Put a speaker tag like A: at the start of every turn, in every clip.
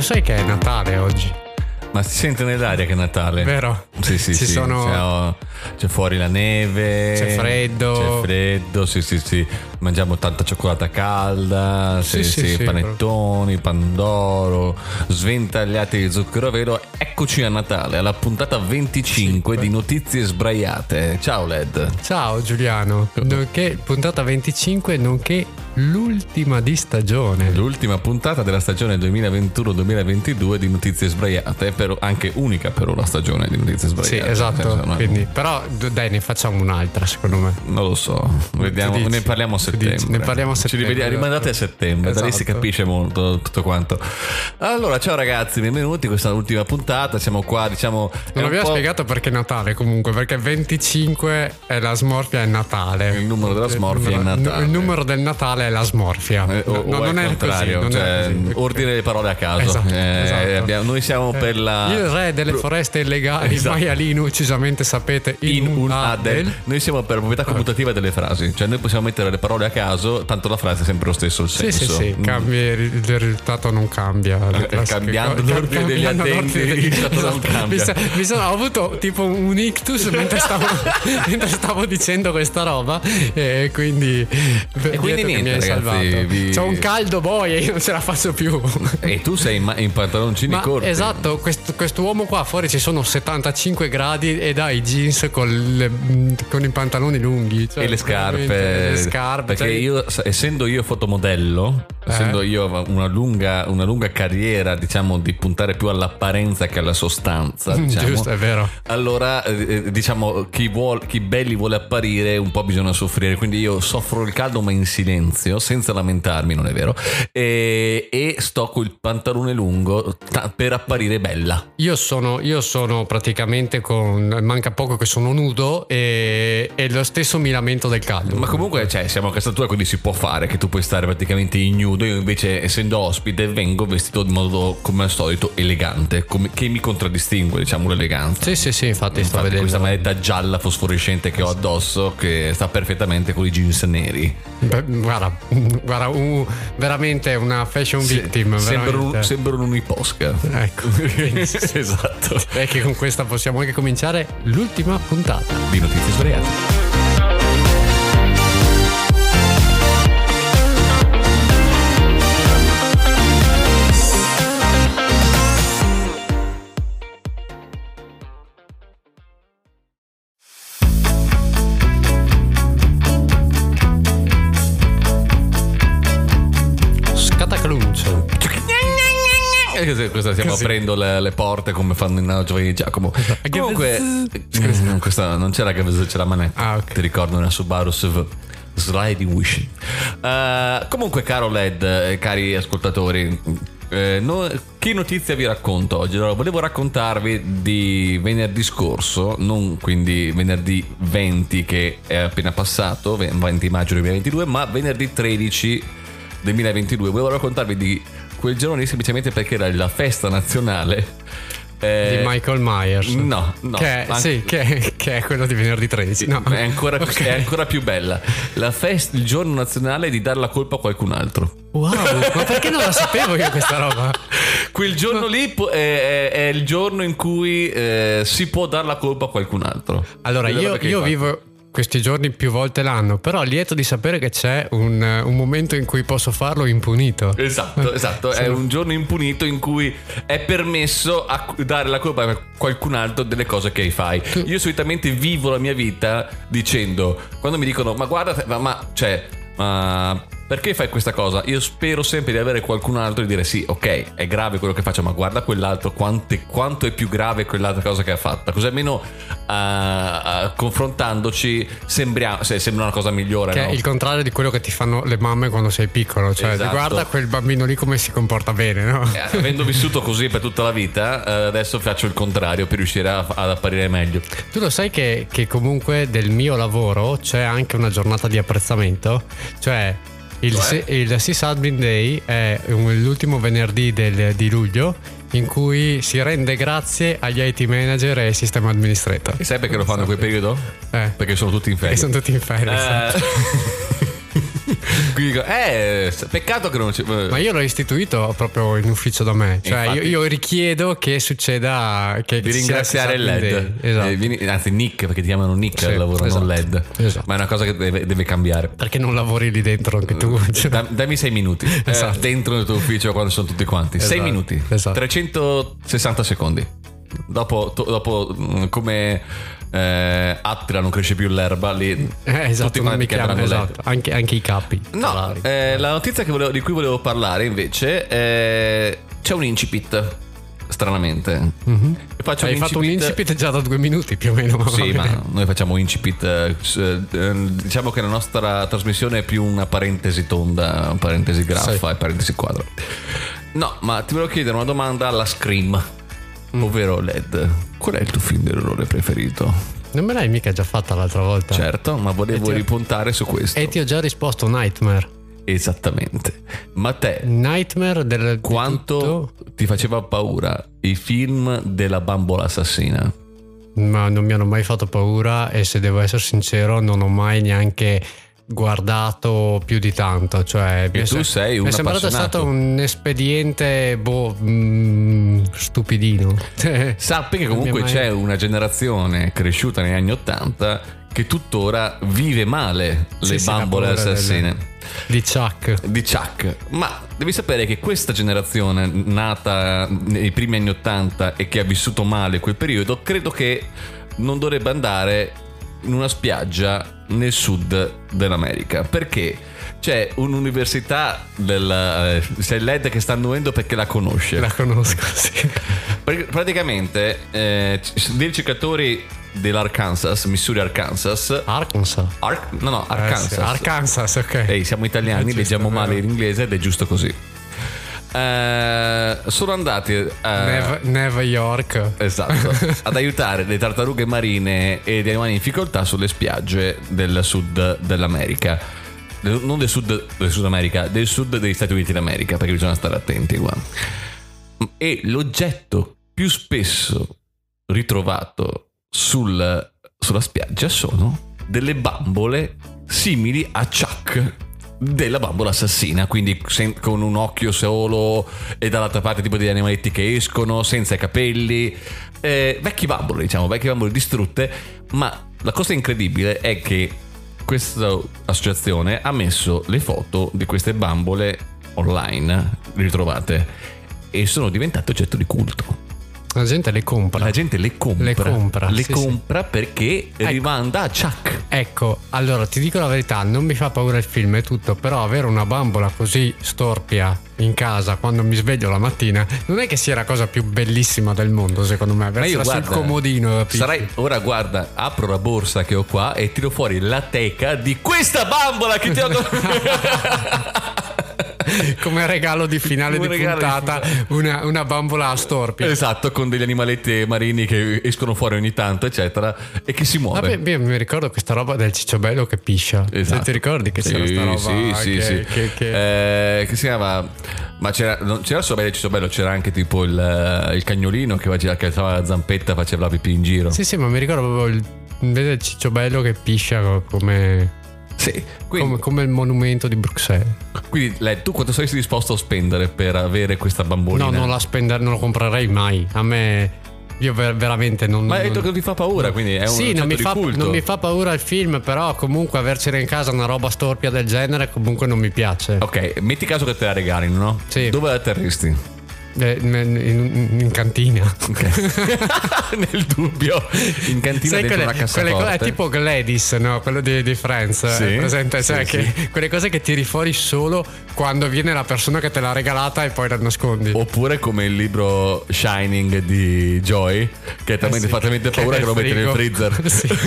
A: sai che è Natale oggi,
B: Ma si sente nell'aria che è Natale.
A: vero?
B: Sì, sì,
A: Ci
B: sì.
A: sono-
B: C'è, oh, c'è fuori la neve.
A: C'è freddo.
B: C'è freddo, sì, sì, sì. Mangiamo tanta cioccolata calda. Sì,
A: Sì,
B: sì,
A: sì, sì,
B: panettoni, pandoro, sventagliati di zucchero a velo. Eccoci a Natale, alla puntata 25
A: Cinque.
B: di Notizie Sbraiate. Ciao Led.
A: Ciao Giuliano, nonché puntata 25, nonché l'ultima di stagione.
B: L'ultima puntata della stagione 2021-2022 di Notizie Sbraiate, però anche unica per ora stagione di Notizie
A: Sì,
B: Sbraiate. Cioè, Nel
A: esatto.
B: senso, no-
A: Quindi, però d- dai, ne facciamo un'altra, secondo me.
B: Non lo so, vediamo,
A: dici?
B: ne parliamo a
A: Che dici?
B: settembre.
A: Ne parliamo a
B: Ci rivediamo,
A: settembre.
B: rimandate a settembre, da lì si
A: Esatto.
B: capisce molto tutto quanto. Allora, ciao ragazzi, benvenuti, questa è l'ultima puntata, siamo qua, diciamo... è
A: Non
B: un
A: abbiamo
B: po'
A: spiegato perché è Natale comunque, perché 25 è la smorfia è Natale.
B: Il numero della
A: Il
B: smorfia è
A: numero-
B: Natale.
A: Il numero del Natale è la smorfia.
B: eh, o, o al contrario,
A: non
B: cioè,
A: è così.
B: ordine le parole a caso.
A: Esatto,
B: Eh,
A: esatto.
B: abbiamo- noi siamo
A: Eh,
B: per la...
A: Il re delle foreste illegali,
B: Esatto.
A: maialino, uccisamente sapete,
B: in un adel.
A: adel. Esatto.
B: Noi siamo per proprietà commutativa delle frasi, cioè noi possiamo mettere le parole a caso, tanto la frase è sempre lo stesso il
A: Sì,
B: senso.
A: sì, sì,
B: Mm. Eh,
A: cambia, il il risultato non cambia. Le classiche
B: cambiando
A: cose-
B: l'ordine degli
A: cambiando
B: addetti,
A: l'ordine
B: il
A: degli-
B: risultato non
A: Esatto.
B: cambia.
A: Mi, sa- mi sono, ho avuto tipo un ictus mentre stavo, mentre stavo dicendo questa roba e quindi, e
B: quindi niente,
A: mi hai
B: ragazzi,
A: salvato.
B: vi-
A: C'ho un caldo boia, io non ce la faccio più.
B: E tu sei in, ma- in pantaloncini
A: Ma
B: corti.
A: esatto, quest- quest'uomo qua fuori ci sono 75 gradi ed ha i jeans con, le- con i pantaloni lunghi cioè,
B: e
A: veramente,
B: le scarpe,
A: le scarpe,
B: perché
A: cioè- Eh?
B: io sa- essendo io fotomodello essendo io una lunga, una lunga carriera diciamo di puntare più all'apparenza che alla sostanza diciamo
A: Giusto, è vero.
B: allora eh, eh, diciamo chi, vuol, chi belli vuole apparire un po' bisogna soffrire quindi io soffro il caldo ma in silenzio senza lamentarmi non è vero e, e sto col pantalone lungo ta- per apparire bella
A: Io sono, io sono praticamente con. Manca poco che sono nudo e, e lo stesso mi lamento del caldo.
B: Ma comunque, cioè, siamo a casa tua, quindi si può fare che tu puoi stare praticamente ignudo. Io invece, essendo ospite, vengo vestito in modo, come al solito, elegante, come- che mi contraddistingue, diciamo, l'eleganza.
A: Sì, sì, sì, infatti, sto
B: Infatti,
A: vedendo.
B: questa maglietta gialla fosforescente che ho addosso, che sta perfettamente con i jeans neri.
A: Beh, guarda, guarda un- veramente una fashion victim.
B: Se- sembro, un,
A: veramente.
B: sembro un uniposca.
A: Ecco.
B: esatto.
A: E che con questa possiamo anche cominciare l'ultima puntata.
B: Di notizie sbagliate.
A: Scatacluncio.
B: Eh, così- Questa stiamo
A: Così. Esatto.
B: aprendo le, le porte come fanno in Giovanni di Giacomo. Comunque, eh, questa non c'era che c'era la manetta.
A: Ah, ok.
B: Ti ricordo una Subaru SV. Sliding Wish. Eh, comunque, caro Led, eh, cari ascoltatori. eh, no- che notizia vi racconto oggi? Allora, volevo raccontarvi di venerdì scorso, non quindi venerdì 20 che è appena passato, ve- 20 maggio 2022, ma venerdì 13 2022. Volevo raccontarvi di quel giorno lì semplicemente perché era la festa nazionale eh,
A: di Michael Myers.
B: No, no.
A: Che, è,
B: Anche-
A: sì, che, è- che è quello di venerdì 13. No.
B: è ancora, più-
A: Ok.
B: è ancora più bella. La fest- il giorno nazionale è di dar la colpa a qualcun altro.
A: Wow, ma perché non la sapevo io questa roba?
B: Quel giorno lì po- è, è- è il giorno in cui eh, si può dar la colpa a qualcun altro.
A: Allora,
B: Quella
A: io,
B: roba che
A: io
B: fa-
A: vivo questi giorni più volte l'anno, però lieto di sapere che c'è un, un momento in cui posso farlo impunito.
B: Esatto, esatto, è
A: Sono-
B: un giorno impunito in cui è permesso a cu- dare la colpa a qualcun altro delle cose che fai. Io solitamente vivo la mia vita dicendo, quando mi dicono, ma guarda, ma, ma- cioè, ma perché fai questa cosa? Io spero sempre di avere qualcun altro e dire sì, ok, è grave quello che faccio, ma guarda quell'altro, quante- quanto è più grave quell'altra cosa che ha fatta. Così almeno ah, ah, confrontandoci sembria- se- sembra una cosa migliore.
A: Che
B: no?
A: è il contrario di quello che ti fanno le mamme quando sei piccolo, cioè
B: Esatto.
A: guarda quel bambino lì come si comporta bene, no?
B: Eh, avendo vissuto così per tutta la vita, eh, adesso faccio il contrario per riuscire a- ad apparire meglio.
A: Tu lo sai che, che comunque del mio lavoro c'è anche una giornata di apprezzamento? Cioè, il,
B: Cioè?
A: si- il Sysadmin Day è un- l'ultimo venerdì del- di luglio in cui si rende grazie agli IT manager e ai sistema
B: E
A: administrator.
B: sai perché lo fanno in quel periodo?
A: Eh.
B: Perché sono tutti in
A: E
B: ferie.
A: sono tutti in ferie.
B: Eh,
A: esatto.
B: Quindi dico, eh, peccato che non ci...
A: Ma io l'ho istituito proprio in ufficio da me. Cioè, io,
B: Infatti.
A: io richiedo che succeda. Che
B: di
A: ci sia
B: ringraziare il
A: Sesame
B: LED,
A: Day. Esatto.
B: Eh, vieni- anzi Nick perché ti chiamano Nick
A: Sì,
B: al lavoro,
A: esatto.
B: non LED,
A: Esatto.
B: ma è una cosa che deve, deve cambiare.
A: Perché non lavori lì dentro anche tu? Cioè,
B: Eh, Da- dammi sei minuti eh,
A: Esatto.
B: dentro nel tuo ufficio quando sono tutti quanti. Sei
A: Esatto,
B: minuti,
A: esatto.
B: 360 secondi. Dopo, to- dopo, mh, come eh, Attila non cresce più l'erba, lì
A: eh, esatto,
B: tutti
A: non
B: quanti
A: mi
B: chiamano
A: chiamano,
B: LED.
A: esatto. Anche, anche i capi. tra
B: No,
A: l'altro.
B: eh, la notizia che volevo- di cui volevo parlare invece eh, c'è un incipit, stranamente. E Faccio
A: Mm. Mhm. Cioè, Hai fatto un incipit già da due minuti più o meno. ma
B: Sì,
A: va bene.
B: ma noi facciamo incipit. eh, s- eh, Diciamo che la nostra trasmissione è più una parentesi tonda, una parentesi graffa e parentesi quadra. No, ma ti volevo chiedere una domanda alla Scream,
A: Mm.
B: ovvero LED. Qual è il tuo film dell'orrore preferito?
A: Non me l'hai mica già fatta l'altra volta.
B: Certo, ma volevo
A: E ti-
B: ripuntare su questo.
A: E ti ho già risposto Nightmare.
B: Esattamente. Ma
A: Mm.
B: te,
A: Nightmare del... di
B: quanto ti faceva paura i film della bambola assassina?
A: tutto, ma non mi hanno mai fatto paura e se devo essere sincero non ho mai neanche guardato più di tanto. Cioè, mi
B: E
A: è
B: tu
A: sem-
B: sei un
A: mi è sembrato
B: appassionato.
A: stato un espediente boh, mm, stupidino.
B: Sappi che
A: Non mi è
B: comunque
A: mai-
B: c'è una generazione cresciuta negli anni Ottanta che tuttora vive male
A: Sì,
B: le
A: sì,
B: bambole
A: la paura
B: assassine
A: di Chuck.
B: di Chuck. Ma devi sapere che questa generazione nata nei primi anni Ottanta e che ha vissuto male quel periodo, credo che non dovrebbe andare in una spiaggia nel sud dell'America. Perché? C'è un'università del... eh, c'è l'ED che sta annuendo perché la conosce.
A: La conosco, sì.
B: Pr- Praticamente eh, c- dei ricercatori dell'Arkansas, Missouri Arkansas,
A: Arkansas.
B: Ar- no no
A: Eh,
B: Arkansas,
A: sì, Arkansas, ok.
B: Ehi, siamo
A: Eh,
B: italiani,
A: giusto,
B: leggiamo
A: vero.
B: male l'inglese ed è giusto così. Eh, sono andati eh,
A: Nev- Neva York.
B: esatto, ad aiutare le tartarughe marine e gli animali in difficoltà sulle spiagge del sud dell'America. Del- Non del sud, del sud America, del sud degli Stati Uniti d'America, perché bisogna stare attenti qua. E l'oggetto più spesso ritrovato sul- sulla spiaggia sono delle bambole simili a Chuck della bambola assassina, quindi sen- con un occhio solo e dall'altra parte tipo degli animaletti che escono, senza i capelli, eh, vecchi bambole diciamo, vecchie bambole distrutte, ma la cosa incredibile è che questa associazione ha messo le foto di queste bambole online ritrovate e sono diventate oggetto di culto.
A: La gente le compra.
B: La gente le compra.
A: Le compra,
B: Le
A: sì,
B: compra perché rimanda a Chuck.
A: Ecco, allora ti dico la verità, non mi fa paura il film e tutto, però avere una bambola così storpia in casa quando mi sveglio la mattina non è che sia la cosa più bellissima del mondo, secondo me.
B: Ma
A: Versela sul comodino. eh, capisci?
B: sarai, ora guarda, apro la borsa che ho qua e tiro fuori la teca di questa bambola che ti ho
A: come regalo di finale
B: Come
A: di
B: regalo di
A: puntata, Una, una bambola a storpia.
B: Esatto, con degli animaletti marini che escono fuori ogni tanto, eccetera, e che si muove.
A: Vabbè, io mi ricordo questa roba del cicciobello che piscia. Se
B: Esatto.
A: ti ricordi che c'era
B: Sì,
A: sta roba
B: Sì, sì,
A: che,
B: sì.
A: che- che-
B: Eh, che si chiamava? Ma c'era, non, c'era solo bello, c'era bello, c'era anche tipo il, eh, il cagnolino che faceva che alzava la zampetta, faceva la pipì in giro.
A: Sì, sì, ma mi ricordo proprio il, invece il cicciobello che piscia co- come,
B: Sì,
A: come,
B: Quindi,
A: come il monumento di Bruxelles.
B: quindi, lei, tu quanto saresti disposto a spendere per avere questa bambolina?
A: No, non la spender- non lo comprerei mai. A me, io ver- veramente non.
B: Ma hai
A: non-
B: detto che non ti fa paura, quindi è un certo
A: sì,
B: oggetto
A: non mi,
B: di
A: fa,
B: culto.
A: non mi fa paura il film, però comunque avercela in casa una roba storpia del genere comunque non mi piace.
B: Ok, metti caso che te la regalino, no?
A: Sì.
B: Dove la atterristi?
A: Eh, in, in- in cantina.
B: Ok. Nel dubbio, in cantina
A: Sai
B: dentro
A: quelle,
B: una
A: quelle
B: cassaforte.
A: cose, è tipo Gladys, no? quello di, di Friends,
B: Sì,
A: è presente,
B: sì,
A: cioè
B: sì.
A: che- quelle cose che tiri fuori solo quando viene la persona che te l'ha regalata e poi la nascondi.
B: Oppure come il libro Shining di Joy, che è talmente,
A: Eh sì,
B: fa talmente
A: che
B: paura
A: è
B: che lo mette nel
A: frigo.
B: freezer.
A: Sì.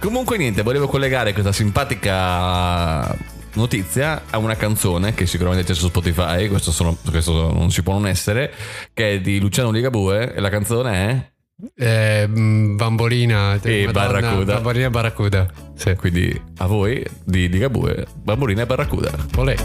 B: Comunque niente, volevo collegare questa simpatica notizia a una canzone che sicuramente c'è su Spotify, questo, sono- questo non si può non essere, che è di Luciano Ligabue e la canzone è...
A: Eh, mm, bambolina
B: E
A: Madonna,
B: Barracuda.
A: Bambolina e Barracuda. Sì.
B: Quindi a voi di Ligabue, Bambolina e Barracuda.
A: Olè.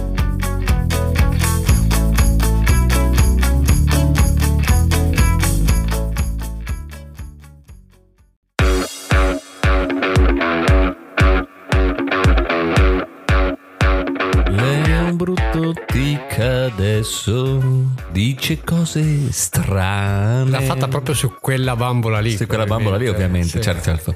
B: adesso dice cose strane.
A: L'ha fatta proprio su quella bambola lì.
B: Sì, quella bambola lì ovviamente,
A: Sì.
B: certo, certo.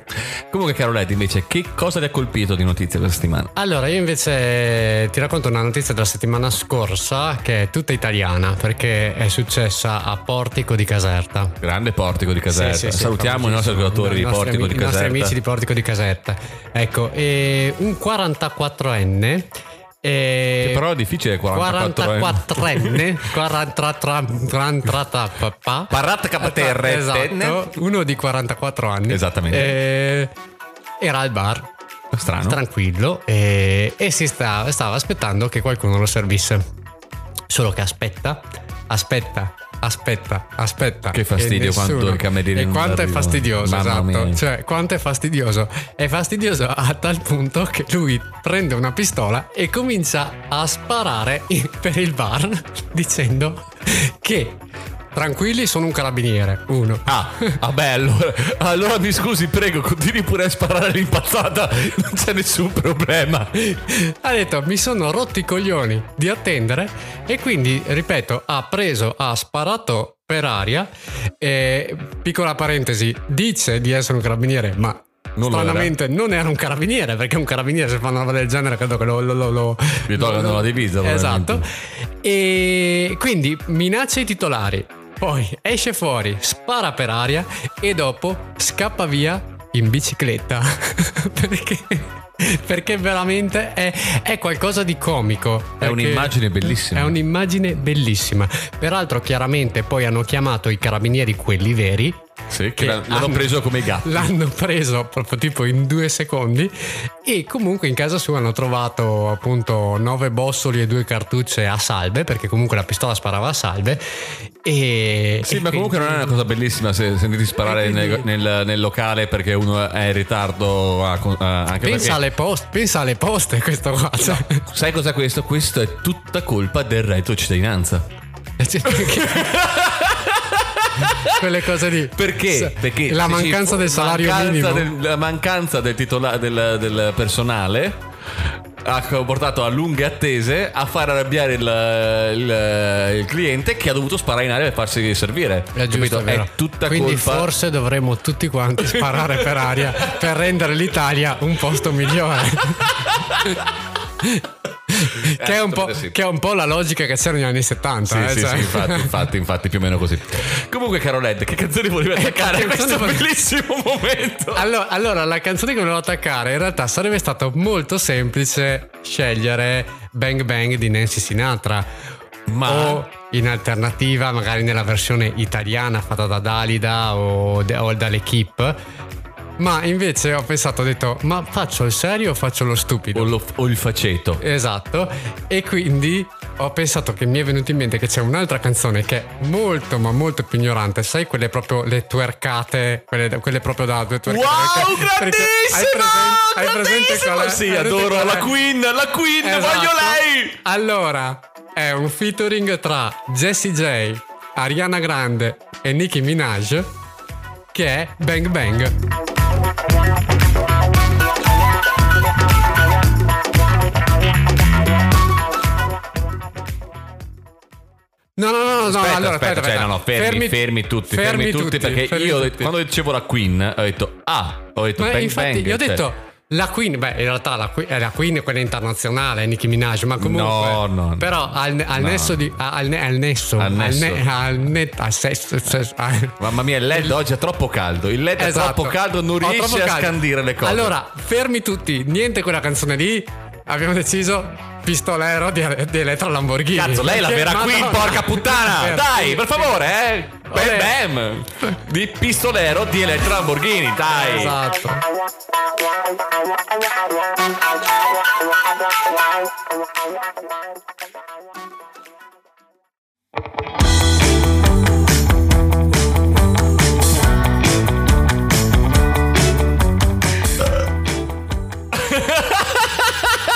B: Comunque Carolette invece, che cosa ti ha colpito di notizie questa settimana?
A: Allora, io invece ti racconto una notizia della settimana scorsa che è tutta italiana perché è successa a Portico di Caserta.
B: Grande Portico di Caserta.
A: Sì, sì, sì,
B: Salutiamo i nostri
A: famosissimo.
B: giocatori
A: I
B: di
A: nostri
B: Portico
A: amici-
B: di
A: I nostri
B: Caserta.
A: amici di Portico di Caserta. Ecco, e un eh, 44enne. e-
B: Che però è difficile 44
A: 44enne 43 papà
B: Parrat capaterre, eh, tenne.
A: esatto, uno di 44 anni
B: Esattamente.
A: e- era al bar
B: Strano.
A: tranquillo e, e si sta- stava aspettando che qualcuno lo servisse. Solo che aspetta, aspetta, aspetta, aspetta.
B: Che fastidio
A: e
B: quanto
A: nessuno-
B: i camerieri
A: E
B: non
A: quanto è
B: arrivano.
A: fastidioso,
B: Mamma
A: esatto.
B: mia.
A: Cioè, quanto è fastidioso. È fastidioso a tal punto che lui prende una pistola e comincia a sparare in- per il bar dicendo che tranquilli sono un carabiniere, uno.
B: Ah, vabbè, allora, allora mi scusi, prego, continui pure a sparare l'impazzata, non c'è nessun problema.
A: ha detto mi sono rotti i coglioni di attendere e quindi ripeto ha preso ha sparato per aria e piccola parentesi dice di essere un carabiniere ma
B: Non lo era.
A: stranamente non era un carabiniere perché un carabiniere se fa una roba del genere credo che lo, lo, lo, lo
B: Gli tolgono la divisa, probabilmente.
A: esatto e quindi minaccia i titolari poi esce fuori spara per aria e dopo scappa via in bicicletta perché perché veramente è, è qualcosa di comico. Perché
B: un'immagine bellissima.
A: È un'immagine bellissima. Peraltro, chiaramente, poi hanno chiamato i carabinieri quelli veri.
B: Sì,
A: che
B: che l'hanno
A: hanno-
B: preso come i gatti.
A: L'hanno preso proprio tipo in due secondi. E comunque in casa sua hanno trovato appunto nove bossoli e due cartucce a salve. Perché comunque la pistola sparava a salve. E,
B: Sì,
A: e
B: ma comunque non
A: quindi-
B: è una cosa bellissima se sentiti sparare
A: E Eh, quindi-
B: nel, nel- nel locale perché uno è in ritardo. a- a- anche
A: Pensa
B: perché...
A: alle, post- pensa alle poste, questo qua. cioè.
B: Sai cos'è questo? Questo è tutta colpa del reddito cittadinanza.
A: Cioè, perché- quelle cose lì
B: Perché?
A: Sa-
B: Perché
A: la
B: se ci
A: mancanza
B: fu-
A: del salario
B: mancanza
A: minimo
B: del- la mancanza del, titola- del- del personale ha portato a lunghe attese a far arrabbiare il, il- il cliente che ha dovuto sparare in aria per farsi servire.
A: È Eh, giusto,
B: Capito?
A: è vero.
B: tutta
A: Quindi
B: colpa.
A: forse dovremmo tutti quanti sparare per aria per rendere l'Italia un posto migliore. che, è un po',
B: Eh, Assolutamente sì.
A: che è un po' la logica che c'era negli anni 70.
B: Sì,
A: eh,
B: sì,
A: cioè.
B: sì, infatti, infatti, infatti, più o meno così. Eh, Comunque, caro Led, che canzoni volevi attaccare a
A: Che canzoni
B: questo
A: volevi-
B: bellissimo momento?
A: Allora, allora, la canzone che volevo attaccare in realtà sarebbe stato molto semplice scegliere Bang Bang di Nancy Sinatra.
B: Ma
A: o in alternativa magari nella versione italiana fatta da Dalida o, o dall'Equipe ma invece ho pensato ho detto ma faccio il serio o faccio lo stupido
B: o, lo- o il faceto.
A: esatto e quindi ho pensato che mi è venuto in mente che c'è un'altra canzone che è molto ma molto più ignorante sai quelle proprio le twercate quelle, quelle proprio da due twercate
B: Wow,
A: perché- perché
B: grandissimo!
A: hai presente
B: grandissimo!
A: qual è?
B: Sì,
A: Hai presente
B: adoro
A: qual
B: la
A: è?
B: Queen, la Queen,
A: Esatto.
B: voglio lei!
A: Allora, è un featuring tra Jessie J, Ariana Grande e Nicki Minaj che è Bang Bang. No, no, no, no,
B: Aspetta,
A: allora,
B: aspetta,
A: aspetta,
B: cioè,
A: aspetta.
B: no, no, fermi, fermi, tutti, fermi, tutti, perché
A: fermi
B: io
A: tutti.
B: quando dicevo la Queen ho detto ah, ho detto
A: Ma
B: bang
A: infatti
B: bang,
A: io ho
B: cioè.
A: detto la Queen, beh in realtà la Queen, eh, la Queen è quella internazionale, è Nicki Minaj, ma comunque...
B: No, no, no.
A: Però al, al
B: No.
A: nesso di... Al, ne- al nesso...
B: Al nesso.
A: Al, ne- al net- al sesso- sesso- al-
B: Mamma mia, il LED oggi è troppo caldo. Il LED è
A: Esatto.
B: troppo caldo, non
A: Ho troppo
B: riesce a
A: caldo.
B: scandire le cose.
A: Allora, fermi tutti, niente quella canzone lì, abbiamo deciso... Pistolero di, di Elettra Lamborghini.
B: Cazzo, lei la
A: Perché-
B: verrà qui,
A: Madonna.
B: porca puttana!
A: Per-
B: Dai, per favore, eh!
A: Olè.
B: Bam bam! Di pistolero di Elettra Lamborghini, dai!
A: Esatto.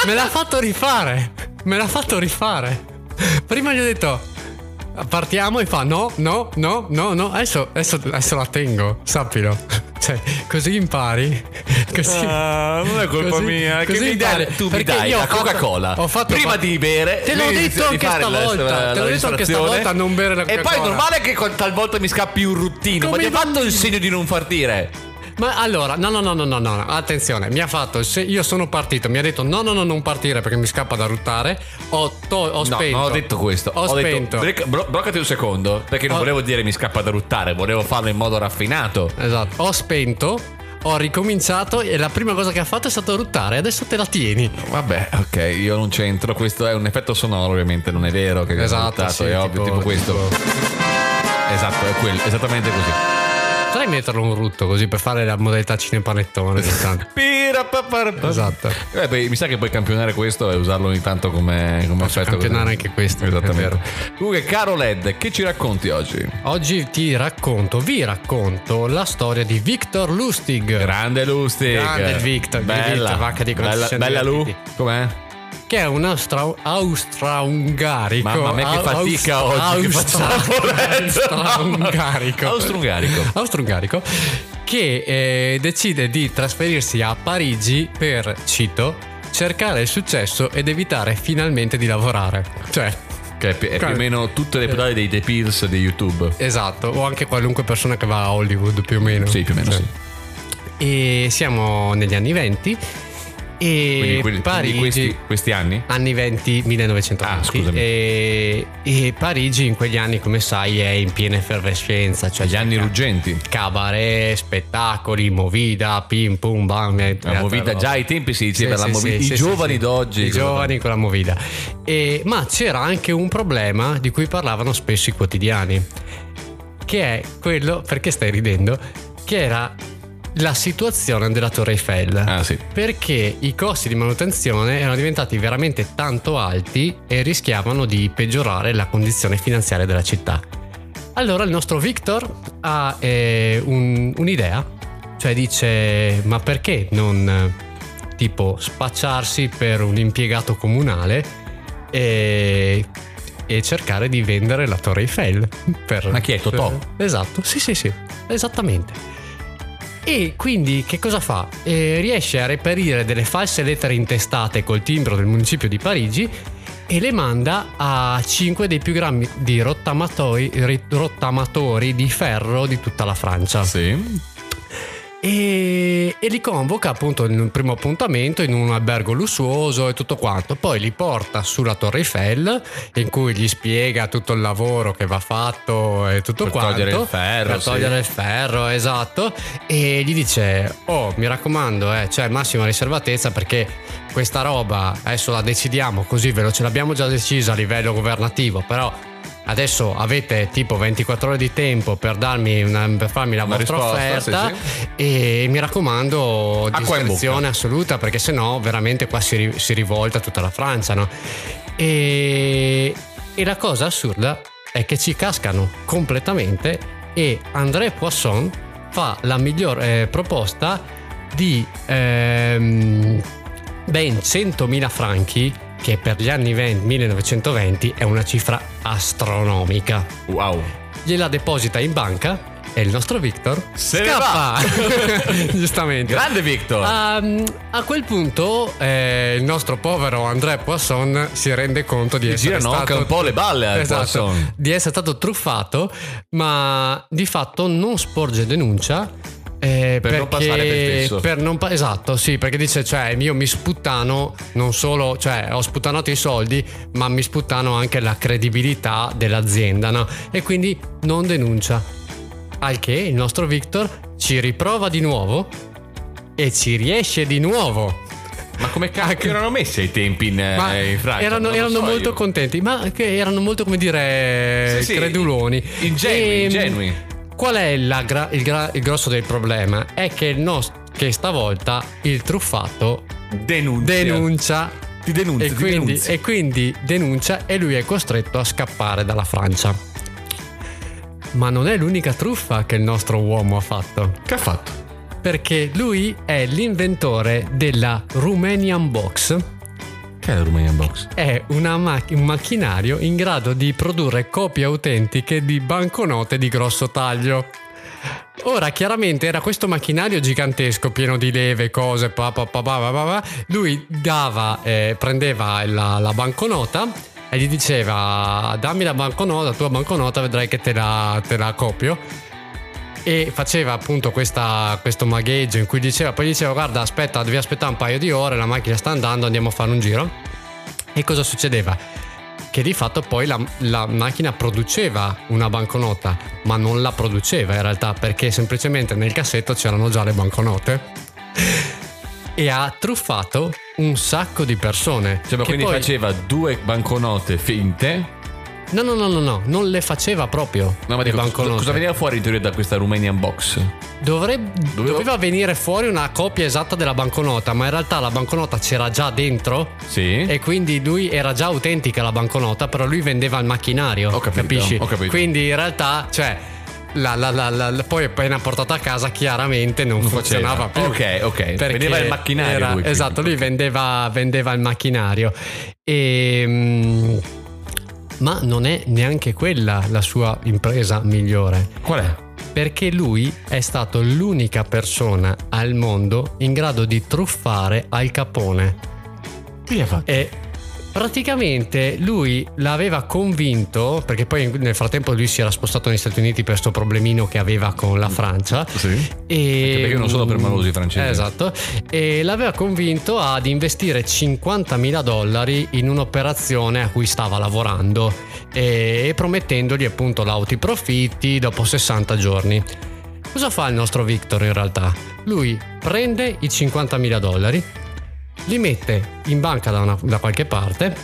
A: Me l'ha fatto rifare. Me l'ha fatto rifare. Prima gli ho detto. Partiamo e fa no, no, no, no, no. Adesso, adesso, adesso la tengo, sappilo. Cioè, così impari. Così,
B: Ah, non è colpa
A: così-
B: mia. Che
A: così
B: mi dai,
A: impari.
B: tu mi
A: Perché
B: dai
A: io ho
B: la
A: fatto-
B: Coca-Cola
A: ho fatto-
B: prima di bere.
A: Te l'ho
B: lui
A: detto
B: inizia di
A: anche
B: fare la-
A: stavolta,
B: la-
A: te l'ho
B: la
A: detto anche
B: registrazione.
A: stavolta a non bere la
B: E poi è
A: Coca-Cola.
B: normale che con- talvolta mi scappi un ruttino.
A: Come
B: ma ti ha
A: i
B: fatto il segno di non far dire.
A: Ma allora, no, no, no, no, no, no, attenzione, mi ha fatto, se io sono partito, mi ha detto no, no, no, non partire perché mi scappa da ruttare, ho, to- ho
B: No,
A: spento.
B: non ho detto questo.
A: Ho,
B: detto,
A: spento.
B: "Break- bro- bloccati un secondo. Perché non
A: Ho-
B: volevo dire mi scappa da ruttare, volevo farlo in modo raffinato.
A: Esatto, ho spento, ho ricominciato e la prima cosa che ha fatto è stato ruttare, adesso te la tieni.
B: Vabbè, ok, io non c'entro. Questo è un effetto sonoro, ovviamente, non è vero. Che
A: Esatto,
B: è
A: sì,
B: è
A: tipo-
B: ovvio, tipo questo. Esatto, è quello, esattamente così.
A: Potrei metterlo un rutto così per fare la modalità cinepanettone ogni tanto. Esatto.
B: Eh, beh, mi sa che puoi campionare questo e usarlo ogni tanto come, come effetto.
A: campionare anche questo, è
B: Esattamente.
A: vero.
B: Comunque, caro Led, che ci racconti oggi?
A: Oggi ti racconto, vi racconto la storia di Victor Lustig.
B: Grande Lustig.
A: Grande il Victor,
B: Bella,
A: Victor, vacca di quanti
B: bella,
A: siano
B: bella Lu.
A: divertiti.
B: Com'è?
A: che è un austra- austra-ungarico.
B: Mamma mia, che
A: Au-
B: fatica oggi che
A: austra-
B: facciamo, Led.
A: Austra-ungarico.
B: Austra-ungarico.
A: Austra-ungarico, Che eh, decide di trasferirsi a Parigi per, cito, cercare il successo ed evitare finalmente di lavorare. Cioè,
B: Che è, pi- è più o
A: Guarda.
B: meno
A: eh.
B: tutte le pedali dei The Pills di YouTube.
A: esatto, o anche qualunque persona che va a Hollywood più o meno.
B: Sì, più o meno.
A: Cioè,
B: Sì.
A: E siamo negli anni 20 e
B: Quindi, quelli- quindi
A: Parigi...
B: questi, questi anni?
A: anni 20 1920
B: Ah, scusami.
A: e, e Parigi in quegli anni come sai è in piena effervescenza cioè
B: Gli anni
A: c'è
B: ruggenti.
A: cabaret spettacoli movida pim pum bam e-
B: La movida, già ai tempi si diceva la movida. I giovani
A: sì.
B: d'oggi.
A: i
B: cosa
A: giovani con la movida E- ma c'era anche un problema di cui parlavano spesso i quotidiani che è quello perché stai ridendo che era la situazione della Torre Eiffel
B: fanno? Ah, sì.
A: perché i costi di manutenzione erano diventati veramente tanto alti e rischiavano di peggiorare la condizione finanziaria della città. Allora il nostro Victor ha eh, un- un'idea, cioè dice ma perché non eh, tipo spacciarsi per un impiegato comunale e, e cercare di vendere la Torre Eiffel? Per,
B: Ma chi è, Totò?
A: per- esatto, sì sì sì, esattamente. E quindi che cosa fa? Eh, riesce a reperire delle false lettere intestate col timbro del municipio di Parigi e le manda a 5 dei più grandi di rottamatori, ri- rottamatori di ferro di tutta la Francia.
B: Sì.
A: E, e li convoca appunto in un primo appuntamento in un albergo lussuoso e tutto quanto. Poi li porta sulla Torre Eiffel in cui gli spiega tutto il lavoro che va fatto e tutto
B: Per
A: quanto.
B: togliere il ferro,
A: Per
B: sì.
A: togliere il ferro, esatto. E gli dice: Oh, mi raccomando, eh, cioè massima riservatezza perché questa roba adesso la decidiamo così ve lo ce l'abbiamo già decisa a livello governativo, però. Adesso avete tipo 24 ore di tempo per, darmi una- per farmi la
B: Una
A: vostra
B: risposta, sì,
A: offerta e mi raccomando
B: Acqua in
A: discrezione
B: bocca.
A: assoluta perché sennò veramente qua si, ri- si rivolta tutta la Francia no? e, e la cosa assurda è che ci cascano completamente e André Poisson fa la miglior eh, proposta di ehm, ben 100.000 franchi che per gli anni 20 1920 è una cifra astronomica
B: Wow.
A: gliela deposita in banca e il nostro Victor
B: Se ne
A: scappa.
B: va.
A: Giustamente.
B: Grande Victor.
A: Ehm, a quel punto eh, il nostro povero André Poisson si rende conto di
B: Gli
A: essere
B: girano
A: stato
B: anche un po' le balle al
A: Esatto,
B: Poisson.
A: di essere stato truffato, ma di fatto non sporge denuncia. eh,
B: Per non
A: perché-
B: passare per stesso.
A: per non pa- esatto, sì, perché dice: Cioè, io mi sputtano non solo, cioè, ho sputtanato i soldi, ma mi sputtano anche la credibilità dell'azienda, no? E quindi non denuncia. Al che il nostro Victor ci riprova di nuovo e ci riesce di nuovo.
B: Ma come
A: Anche-
B: cacchio erano messi ai tempi in, eh,
A: Ma
B: in Francia?
A: erano,
B: Non lo
A: erano
B: so
A: molto
B: io.
A: contenti, ma che erano molto, come dire,
B: Sì, sì,
A: creduloni.
B: Ingenui,
A: Ehm,
B: ingenui.
A: Qual è la gra- il, gra- il grosso del problema? È che, il nos- che stavolta il truffato
B: Denunzia.
A: denuncia
B: Ti denunzio,
A: e
B: ti
A: quindi,
B: denunzio.
A: e quindi denuncia e lui è costretto a scappare dalla Francia. Ma non è l'unica truffa che il nostro uomo ha fatto,
B: Che ha fatto?
A: perché lui è l'inventore della Romanian Box.
B: Che è la Romanian Box?
A: è una mac- un macchinario in grado di produrre copie autentiche di banconote di grosso taglio. Ora, chiaramente era questo macchinario gigantesco pieno di leve, cose, pa, pa, pa, pa, pa, pa, pa. lui dava, eh, prendeva la, la banconota e gli diceva dammi la banconota, la tua banconota, vedrai che te la, te la copio. E faceva appunto questa- questo magheggio in cui diceva, poi diceva guarda aspetta, devi aspettare un paio di ore, la macchina sta andando, andiamo a fare un giro. E cosa succedeva? Che di fatto poi la, la macchina produceva una banconota, ma non la produceva in realtà perché semplicemente nel cassetto c'erano già le banconote. E ha truffato un sacco di persone.
B: Cioè, ma
A: che
B: quindi
A: poi-
B: faceva due banconote finte.
A: No, no, no, no, no, non le faceva proprio.
B: No, ma
A: le
B: dico,
A: banconote.
B: cosa veniva fuori in teoria da questa Romanian box?
A: Dovreb-
B: Dovevo-
A: Doveva venire fuori una copia esatta della banconota, ma in realtà la banconota c'era già dentro
B: Sì.
A: e quindi lui era già autentica la banconota, però lui vendeva il macchinario.
B: Ho capito,
A: capisci?
B: ho capito.
A: Quindi in realtà, cioè, la- la- la- la- la- poi appena portata a casa chiaramente non,
B: Non faceva.
A: funzionava più.
B: Ok, ok.
A: Perché
B: Vendeva il macchinario
A: era-
B: lui, quindi.
A: esatto, lui vendeva, vendeva il macchinario. E, mm, ma non è neanche quella la sua impresa migliore
B: Qual è?
A: perché lui è stato l'unica persona al mondo in grado di truffare Al Capone
B: Chi ha fatto?
A: e praticamente lui l'aveva convinto perché poi nel frattempo lui si era spostato negli Stati Uniti per questo problemino che aveva con la Francia
B: Sì.
A: e,
B: Anche perché non sono permalosi i francesi.
A: Esatto. E l'aveva convinto ad investire 50.000 dollari in un'operazione a cui stava lavorando e, e promettendogli appunto lauti profitti dopo 60 giorni. Cosa fa il nostro Victor in realtà? Lui prende i 50.000 dollari, li mette in banca da, una- da qualche parte,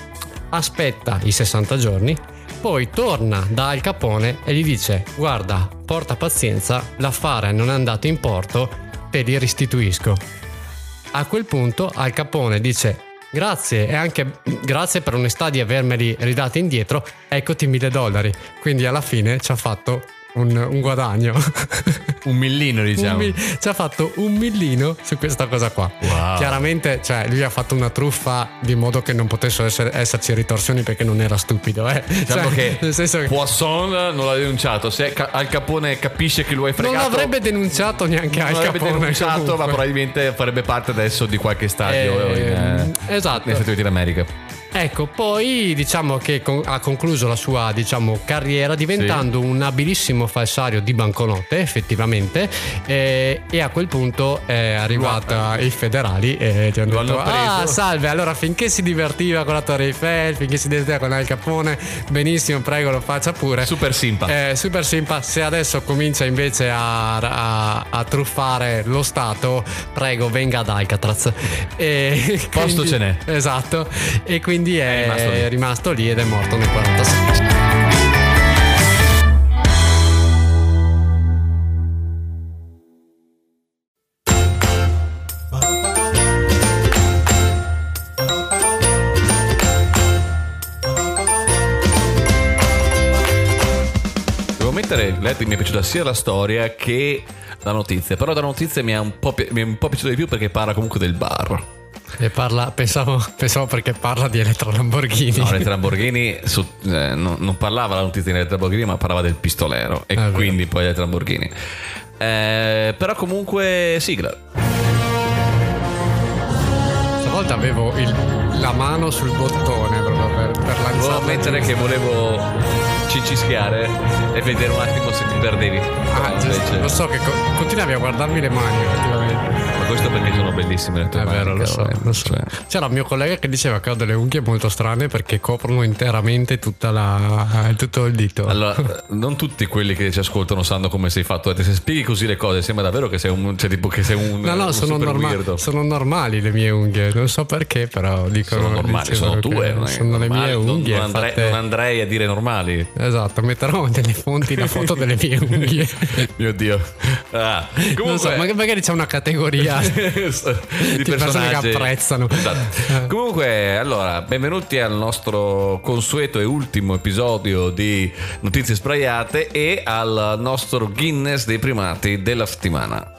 A: aspetta i 60 giorni, poi torna da Al Capone e gli dice guarda, porta pazienza, l'affare non è andato in porto, te li restituisco. A quel punto Al Capone dice grazie e anche grazie per onestà di avermeli ridati indietro, eccoti 1000 dollari. Quindi alla fine ci ha fatto un, un guadagno.
B: Un millino, diciamo.
A: Un mi- ci ha fatto un millino su questa cosa qua.
B: Wow.
A: Chiaramente, cioè, lui ha fatto una truffa di modo che non potessero essere- esserci ritorsioni perché non era stupido, eh.
B: Diciamo
A: Cioè,
B: che,
A: nel senso che
B: Poisson non l'ha denunciato. Se Ca- Al Capone capisce che lui hai
A: non
B: fregato,
A: l'avrebbe denunciato neanche
B: non
A: Al
B: l'avrebbe
A: Capone.
B: denunciato,
A: comunque.
B: ma probabilmente farebbe parte adesso di qualche stadio
A: Eh,
B: in, eh,
A: esatto.
B: negli Stati Uniti d'America.
A: Ecco, poi diciamo che con- ha concluso la sua diciamo, carriera diventando un abilissimo falsario di banconote, effettivamente, eh, e a quel punto è arrivata i federali e gli hanno
B: Lo
A: detto
B: hanno preso."
A: "Ah, salve, allora finché si divertiva con la Torre Eiffel, finché si divertiva con Al Capone, benissimo, prego lo faccia pure."
B: Super simpa.
A: Eh, super simpa, se adesso comincia invece a, a- a truffare lo Stato, prego venga ad Alcatraz. E
B: Posto
A: quindi-
B: ce n'è.
A: Esatto, e quindi è,
B: rimasto lì.
A: è rimasto lì ed è morto nel 46.
B: Devo mettere, Letty, mi è piaciuta sia la storia che la notizia. Però la notizia mi è un po', pi- mi è un po' piaciuta di più perché parla comunque del bar.
A: E parla, pensavo, pensavo perché parla di Elettro Lamborghini.
B: No, Letty Lamborghini su- eh, non, non parlava la notizia di Letty Lamborghini, ma parlava del pistolero. E
A: Ah, vero.
B: quindi poi Letty Lamborghini. Eh, però comunque sigla.
A: Stavolta avevo il- la mano sul bottone proprio per, per
B: Volevo
A: lanciarla
B: ammettere
A: giù.
B: che volevo cincischiare e vedere un attimo se ti perdevi.
A: Ah,
B: Però
A: giusto,
B: invece-
A: lo so che co- continuavi a guardarmi le mani effettivamente.
B: Ma questo perché sono bellissime le tue
A: È
B: mani,
A: Ah, vero, lo so,
B: Carolina.
A: lo so.
B: Cioè,
A: C'era un mio collega che diceva che ho delle unghie molto strane perché coprono interamente tutta la- eh, tutto il dito.
B: Allora, eh, non tutti quelli che ci ascoltano sanno come sei fatto. eh, Se spieghi così le cose, sembra davvero che sei un. Cioè, tipo, che sei un.
A: No, no,
B: un
A: sono,
B: super
A: norma-
B: weirdo.
A: sono normali le mie unghie, non so perché, però dicono
B: Sono normali,
A: dicevano
B: sono
A: che
B: tue. non è-
A: Sono le
B: normali,
A: mie
B: non-
A: unghie.
B: Non, andrei,
A: fatte-
B: non andrei a dire normali.
A: Esatto, metterò nelle fonti la foto delle mie unghie.
B: Mio dio. Ah, comunque,
A: non so, mag- magari c'è una categoria.
B: di
A: Di persone che
B: personaggi.
A: apprezzano. Eh.
B: Esatto. Comunque, allora, benvenuti al nostro consueto e ultimo episodio di Notizie Spraiate e al nostro Guinness dei primati della settimana.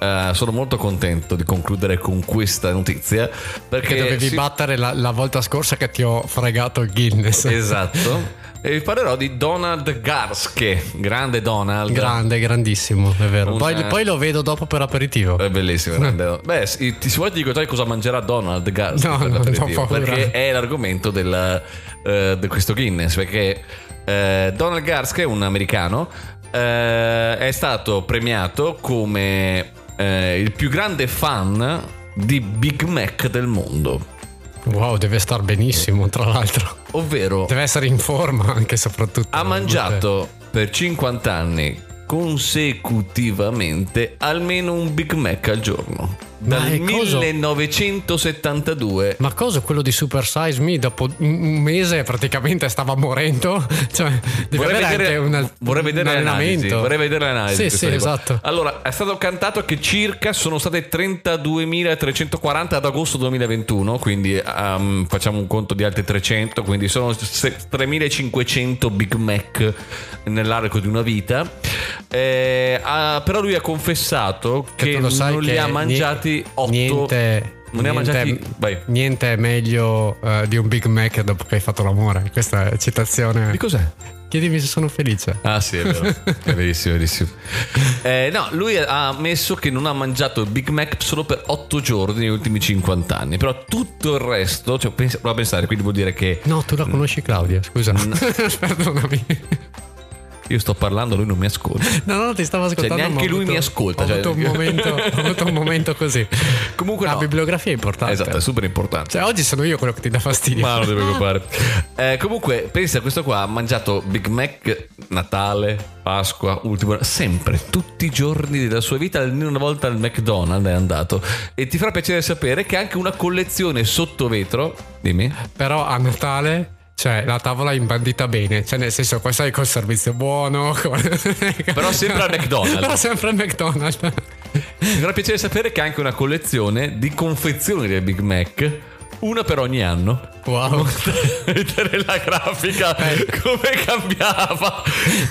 B: Eh, sono molto contento di concludere con questa notizia perché
A: Che dovevi
B: si-
A: battere la, la volta scorsa che ti ho fregato il Guinness.
B: Esatto. E vi parlerò di Donald Garske, grande Donald.
A: Grande, grandissimo, è vero.
B: Un- Eh,
A: Poi, poi lo vedo dopo per aperitivo.
B: È bellissimo. grande. Beh, si- ti, se vuoi ti dico già cosa mangerà Donald Garza
A: No,
B: per
A: no,
B: l'aperitivo,
A: no, paura.
B: perché è l'argomento del, eh, di questo Guinness, perché eh, Donald Garza, che è un americano, eh, è stato premiato come eh, il più grande fan di Big Mac del mondo.
A: Wow, deve star benissimo, tra l'altro.
B: Ovvero
A: Deve essere in forma anche e soprattutto.
B: ha mangiato per 50 anni consecutivamente almeno un Big Mac al giorno.
A: Ma
B: Dal
A: è cosa-
B: 1972
A: Ma cosa quello di Super Size Me dopo un un mese praticamente stava morendo? Cioè, deve
B: Vorrei
A: avere
B: vedere,
A: anche un,
B: vorrei vedere
A: un
B: l'analisi.
A: allenamento.
B: Vorrei vedere l'analisi
A: Sì,
B: di
A: sì,
B: questa roba.
A: esatto.
B: Allora, è stato cantato che circa sono state 32.340 ad agosto 2021, quindi ehm, facciamo un conto di altri 300, quindi sono se- 3.500 Big Mac nell'arco di una vita. Eh, ah, però lui ha confessato
A: Che
B: che,
A: tu lo sai
B: non
A: che
B: li ha
A: ni-
B: mangiati 8.
A: Niente.
B: non ne ha
A: niente-
B: mangiati... Vai.
A: Niente è meglio eh, di un Big Mac dopo che hai fatto l'amore. Questa è citazione.
B: Di cos'è?
A: Chiedimi se sono felice.
B: Ah sì, è vero, è verissimo, verissimo. Eh, no, lui ha ammesso che non ha mangiato Big Mac solo per 8 giorni negli ultimi 50 anni, però tutto il resto, cioè, pensa- prova a pensare, quindi vuol dire che
A: No, tu la conosci Claudia, scusa. Perdonami.
B: io sto parlando, lui non mi ascolta.
A: No, no, ti stavo ascoltando.
B: Cioè, neanche
A: ma ho
B: lui
A: avuto-
B: mi ascolta,
A: Ho,
B: cioè-
A: avuto un momento, ho avuto un momento così.
B: Comunque
A: la
B: no.
A: bibliografia è importante.
B: Esatto, è super importante.
A: Cioè, oggi sono io quello che ti dà fastidio.
B: Ma non ti preoccupare. Eh, comunque, pensa, questo qua ha mangiato Big Mac Natale, Pasqua, ultimo, sempre, tutti i giorni della sua vita, almeno una volta al McDonald's è andato. E ti farà piacere sapere che ha anche una collezione sotto vetro, dimmi.
A: Però a Natale. Cioè, la tavola è imbandita bene, cioè, nel senso, qua sai col servizio buono. con-
B: Però sempre al McDonald's.
A: Però sempre al McDonald's.
B: Mi farà piacere sapere che ha anche una collezione di confezioni del Big Mac, una per ogni anno.
A: Wow.
B: Vedere la grafica come cambiava.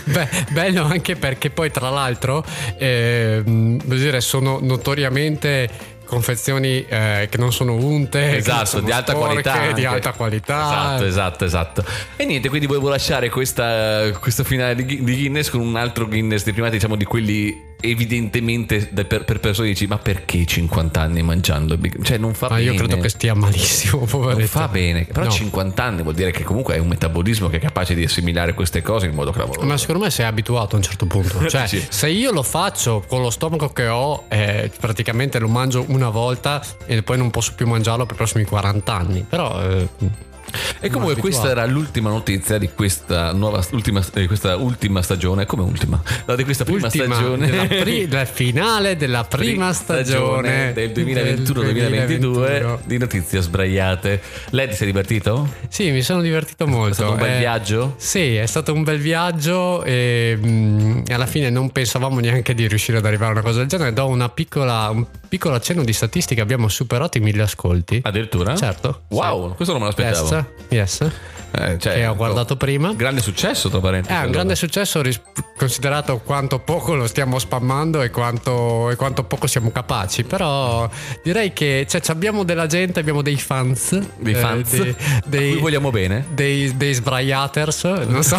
A: Beh, bello anche perché poi tra l'altro ehm, voglio dire, sono notoriamente confezioni eh, che non sono unte, Eh, che non
B: Esatto,
A: sono
B: di alta
A: sporche,
B: qualità. anche.
A: Di alta qualità.
B: Esatto, esatto, esatto. E niente, quindi volevo lasciare questa, questo finale di, Gui- di Guinness con un altro Guinness di prima, diciamo di quelli evidentemente da- per, per persone che dici ma perché 50 anni mangiando Big Mac? Cioè non fa
A: Ma
B: bene.
A: io credo che stia malissimo, poveretto.
B: non fa bene, però
A: No.
B: 50 anni vuol dire che comunque hai un metabolismo che è capace di assimilare queste cose in modo clamoroso.
A: Ma secondo me sei abituato a un certo punto. Cioè,
B: Sì.
A: se io lo faccio con lo stomaco che ho, eh, praticamente lo mangio una volta e poi non posso più mangiarlo per i prossimi 40 anni. Però. eh,
B: E comunque
A: Ma
B: questa
A: abituato.
B: era l'ultima notizia di questa nuova ultima, eh, questa ultima stagione, come ultima? No, di questa prima
A: ultima
B: stagione.
A: della pri- del finale della prima stagione
B: del 2021-2022 di notizie sbraiate. Lei ti sei divertito?
A: Sì, mi sono divertito molto.
B: È stato un bel
A: Eh,
B: viaggio?
A: Sì, è stato un bel viaggio e mm, alla fine non pensavamo neanche di riuscire ad arrivare a una cosa del genere. Do una piccola, un piccolo accenno di statistica, abbiamo superato i mille ascolti.
B: Addirittura?
A: Certo.
B: Wow, questo non me l'aspettavo.
A: Yes, yes.
B: Eh, cioè,
A: che ho guardato
B: oh,
A: prima.
B: Grande successo, tra parentesi.
A: È Ah, un
B: allora.
A: grande successo ris- considerato quanto poco lo stiamo spammando e quanto, e quanto poco siamo capaci, però direi che cioè, ci abbiamo della gente, abbiamo dei fans,
B: Dei
A: eh,
B: fans
A: dei,
B: a
A: dei-
B: cui vogliamo bene.
A: dei- dei sbraiaters, non so.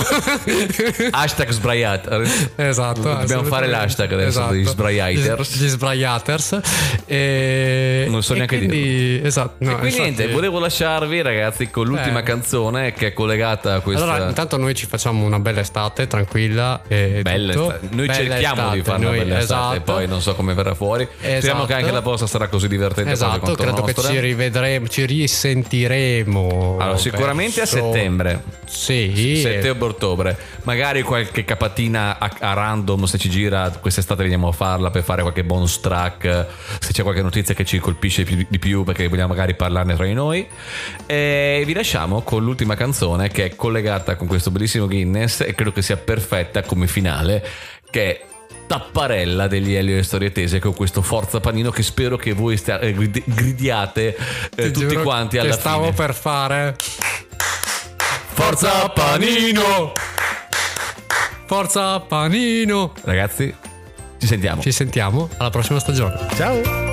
B: Hashtag sbraiate.
A: Esatto,
B: Dobbiamo
A: assolutamente.
B: fare l'hashtag adesso
A: Esatto.
B: degli sbraiaters.
A: Gli, gli sbraiaters. E,
B: Non so
A: e
B: neanche
A: quindi, Esatto, no,
B: e quindi
A: infatti-
B: niente, volevo lasciarvi ragazzi con l'ultima
A: Eh.
B: canzone che è collegata a questa...
A: Allora, intanto noi ci facciamo una bella estate, tranquilla. E
B: Bella
A: tutto.
B: estate. Noi
A: Bella
B: cerchiamo di
A: estate,
B: fare una
A: noi-
B: bella estate,
A: esatto.
B: poi non so come verrà fuori. Speriamo
A: Esatto.
B: che anche la vostra sarà così divertente
A: Esatto,
B: quanto la
A: credo che
B: nostra.
A: ci rivedremo, ci risentiremo.
B: eh. Allora, sicuramente a
A: verso-
B: settembre.
A: Oh, Sì,
B: settembre-ottobre, magari qualche capatina a, a random se ci gira quest'estate veniamo a farla per fare qualche bonus track, eh, se c'è qualche notizia che ci colpisce più- di più perché vogliamo magari parlarne tra di noi. E vi lasciamo con l'ultima canzone che è collegata con questo bellissimo Guinness e credo che sia perfetta come finale, che è tapparella degli Elio e Storie Tese con questo Forza Panino che spero che voi stia- eh, grid- gridiate eh,
A: ti
B: tutti
A: giuro
B: quanti
A: che
B: alla
A: stavo
B: fine.
A: per fare.
B: Forza Panino!
A: Forza Panino!
B: Ragazzi, ci sentiamo.
A: Ci sentiamo alla prossima stagione.
B: Ciao!